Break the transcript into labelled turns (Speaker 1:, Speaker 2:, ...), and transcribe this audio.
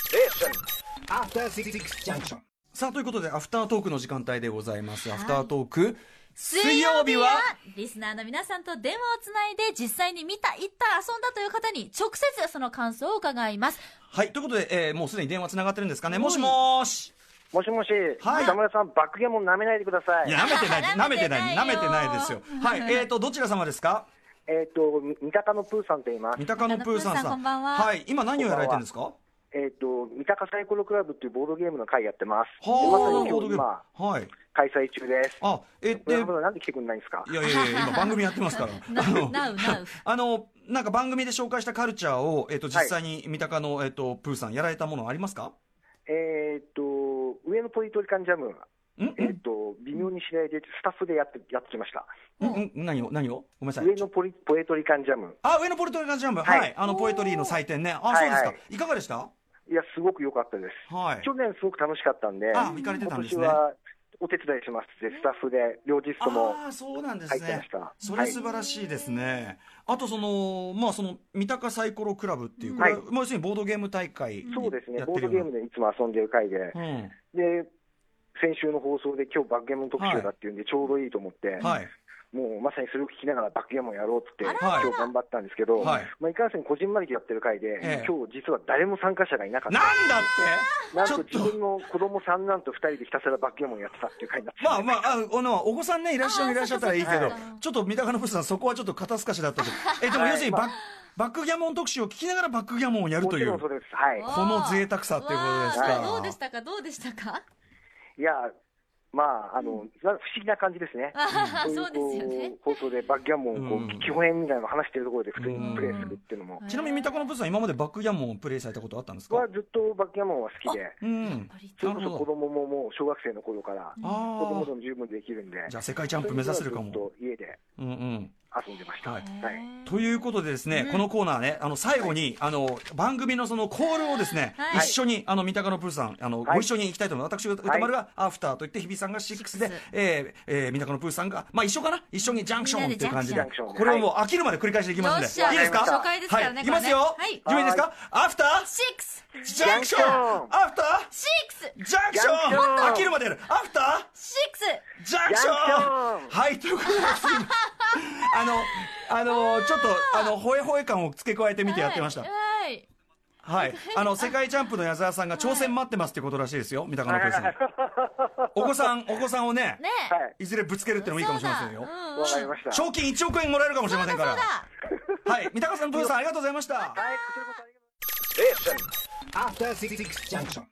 Speaker 1: Station. After Six Junction.
Speaker 2: さあ、ということで、アフタートークの時間帯でございます。アフタートーク、水曜日は
Speaker 3: リスナーの皆さんと電話をつないで実際に見た、行った、遊んだという方に直接その感想を伺います。
Speaker 2: はい、ということで、えーもうすでに電話つながってるんですかね。もしもーし。
Speaker 4: もしもし、
Speaker 2: はい
Speaker 4: 北村さん、爆言も舐めないでください。
Speaker 2: いや、舐め てない、舐
Speaker 3: 舐
Speaker 2: め
Speaker 3: め
Speaker 2: て
Speaker 3: て
Speaker 2: な、
Speaker 3: ないい
Speaker 2: 舐めてないですよ。 はい、えーと、どちら様ですか
Speaker 4: えっ、と、み三鷹のプーさんと言います。
Speaker 2: 三鷹のプーさん
Speaker 3: 三鷹のプーさ
Speaker 2: さ
Speaker 3: んこ
Speaker 2: ん。
Speaker 3: んばんは
Speaker 2: はい、今何をやられてるんですか
Speaker 4: えっ、と、三鷹サイコロクラブっていうボードゲームの会やってます。でまさ
Speaker 2: は
Speaker 4: に
Speaker 2: ーボード
Speaker 4: 今日
Speaker 2: ゲーム
Speaker 4: 今、
Speaker 2: はい。
Speaker 4: 開催中です。
Speaker 2: あ、え、で、
Speaker 4: 村上さんなんで来てくれないんですか
Speaker 2: いやいやい や、今番組やってますから。 あの
Speaker 3: なうなう。
Speaker 2: あの、なんか番組で紹介したカルチャーを、えっ、と、実際に三鷹の、えっ、と、プーさんやられたものありますか
Speaker 4: えっ、と、上のポリトリカンジャム、
Speaker 2: んん
Speaker 4: えっ、と、微妙に知り合いで、スタッフでやって、やってきました。
Speaker 2: んん何を何をごめんなさい
Speaker 4: 上。のポリ、ポエトリカンジャム。
Speaker 2: あ、上のポルトガルジャム。は。
Speaker 4: はいい
Speaker 2: あの、ポエトリーの祭典ね。あ、
Speaker 4: はい
Speaker 2: そうですか。、
Speaker 4: はい
Speaker 2: かがでした
Speaker 4: いや、すごく良かったです。
Speaker 2: はい。
Speaker 4: 去年すごく楽しかったんで、
Speaker 2: あ行
Speaker 4: 今
Speaker 2: かれてたんです
Speaker 4: 年
Speaker 2: ね
Speaker 4: はお手伝いしますって、スタッフで、両日とも
Speaker 2: ああ、そうなんです
Speaker 4: 入ってま
Speaker 2: ね
Speaker 4: し。た。
Speaker 2: そ
Speaker 4: は
Speaker 2: れ
Speaker 4: い
Speaker 2: 素晴らしいですね。あと、その、まあ、その、三鷹サイコロクラブっていう、こ
Speaker 4: は
Speaker 2: れ、
Speaker 4: い
Speaker 2: まあ、要するにボードゲーム大会。
Speaker 4: そうですね、
Speaker 2: やっ
Speaker 4: ボ
Speaker 2: て
Speaker 4: ード
Speaker 2: る
Speaker 4: ゲー
Speaker 2: よ
Speaker 4: ムでいつも遊んでる回で、
Speaker 2: うな。うん。
Speaker 4: で先週の放送で、今日バックゲーム特集だっていうんで、ちょうどいいと思って、
Speaker 2: はい。
Speaker 4: もうまさにそれを聞きながら、バックゲームをやろうって言って、
Speaker 2: あらら
Speaker 4: 今日頑張ったんですけど、
Speaker 2: はい
Speaker 4: まあ、いかんせん、こじんまりとやってる回で、
Speaker 2: ええ
Speaker 4: 今日実は誰も参加者がいなかった、
Speaker 2: なんだって
Speaker 4: なん
Speaker 2: ちょ
Speaker 4: と
Speaker 2: っと
Speaker 4: 自分の子供三男と二人でひたすらバックゲームをやってたっていう回になって、
Speaker 2: まあまあ、ああの、お子さんね、いらっしゃ
Speaker 3: あ
Speaker 2: る、い
Speaker 3: ー
Speaker 2: らっしゃったらいいけ
Speaker 4: そ
Speaker 2: ど
Speaker 4: っか
Speaker 3: そっか、
Speaker 2: ちょっと三鷹のブスさん、そこはちょっと肩透かしだった と。え、でも
Speaker 4: はい
Speaker 2: 要するにバッ
Speaker 4: ま、
Speaker 2: バックギャモン特集を聞きながらバックギャモンをやる
Speaker 4: も
Speaker 2: と
Speaker 4: ち
Speaker 2: いう。
Speaker 4: ろんそうです、はい、
Speaker 2: この贅沢さっていうことですか
Speaker 3: わあどうでしたか、どうでしたか。
Speaker 4: いや、まあ、あの不思議な感じですね。
Speaker 3: ああ、
Speaker 4: こい
Speaker 3: そうですよね。
Speaker 4: こう放送でバックギャモンをこう、
Speaker 2: うん
Speaker 4: 基本編みたいなのを話してるところで普通にプレイするっていうのも、
Speaker 2: ちなみに三鷹のブスさん、今までバックギャモンをプレイされたことあったんです
Speaker 4: 僕
Speaker 2: か
Speaker 4: はずっとバックギャモンは好きで、
Speaker 2: うん。
Speaker 4: それこそ子供ももう小学生の頃から、
Speaker 2: あ
Speaker 4: 子供
Speaker 2: ー
Speaker 4: でも十分できるんで、
Speaker 2: じゃあ世界チャンプ目指せるか
Speaker 4: それはず
Speaker 2: も。
Speaker 4: っと家で
Speaker 2: うんうん。
Speaker 4: 遊んでました。
Speaker 2: はい
Speaker 4: はい
Speaker 2: ということでですね、このコーナーね、あの、最後に、あの、番組のそのコールをですね、
Speaker 3: はい
Speaker 2: 一緒に、あの、三鷹のプーさん、あの、
Speaker 4: はい
Speaker 2: ご一緒に行きたいと思います。私、歌丸がアフターと言って、日比さんがシックスで
Speaker 3: シックス、
Speaker 2: えーえー三鷹のプーさんが、まあ一緒かな一緒にジャンクションっていう感じで
Speaker 4: でジ
Speaker 3: みんな
Speaker 4: ャンクション、
Speaker 2: これをもう飽きるまで繰り返していきますんで。
Speaker 3: よっしゃ
Speaker 2: いいですか
Speaker 4: 初
Speaker 3: 回ですからね
Speaker 2: はい、いきますよ
Speaker 3: これね
Speaker 2: 準備ですかアフター、
Speaker 3: シックス、
Speaker 2: ジャンクション
Speaker 4: ジャンクション
Speaker 2: アフター
Speaker 3: シックス、
Speaker 2: ジャンクシ
Speaker 4: ジャン
Speaker 2: ョン
Speaker 4: クション
Speaker 2: 飽きるまでやるアフター
Speaker 3: シックス。
Speaker 2: ジャンクション
Speaker 4: ジャンクション
Speaker 2: はい、ということです。あの、あの、ちょっと、あの、ほえほえ感を付け加えてみてやってました
Speaker 3: は。いは
Speaker 2: は
Speaker 3: い。
Speaker 2: い。あの、世界チャンプの矢沢さんが挑戦待ってますってことらしいですよ、三鷹の プーさん。お子さん、お子さんをね、
Speaker 3: ねえ。
Speaker 4: はい
Speaker 2: いずれぶつけるってのもいいかもしれませんよ
Speaker 3: そう。だうんうん
Speaker 4: わかりました。
Speaker 2: 賞金1億円もらえるかもしれませんから。はい。三鷹さん、プーさん、ありがとうございました。
Speaker 4: はいこちらこそありがとうございます
Speaker 1: Station. After Six Junction.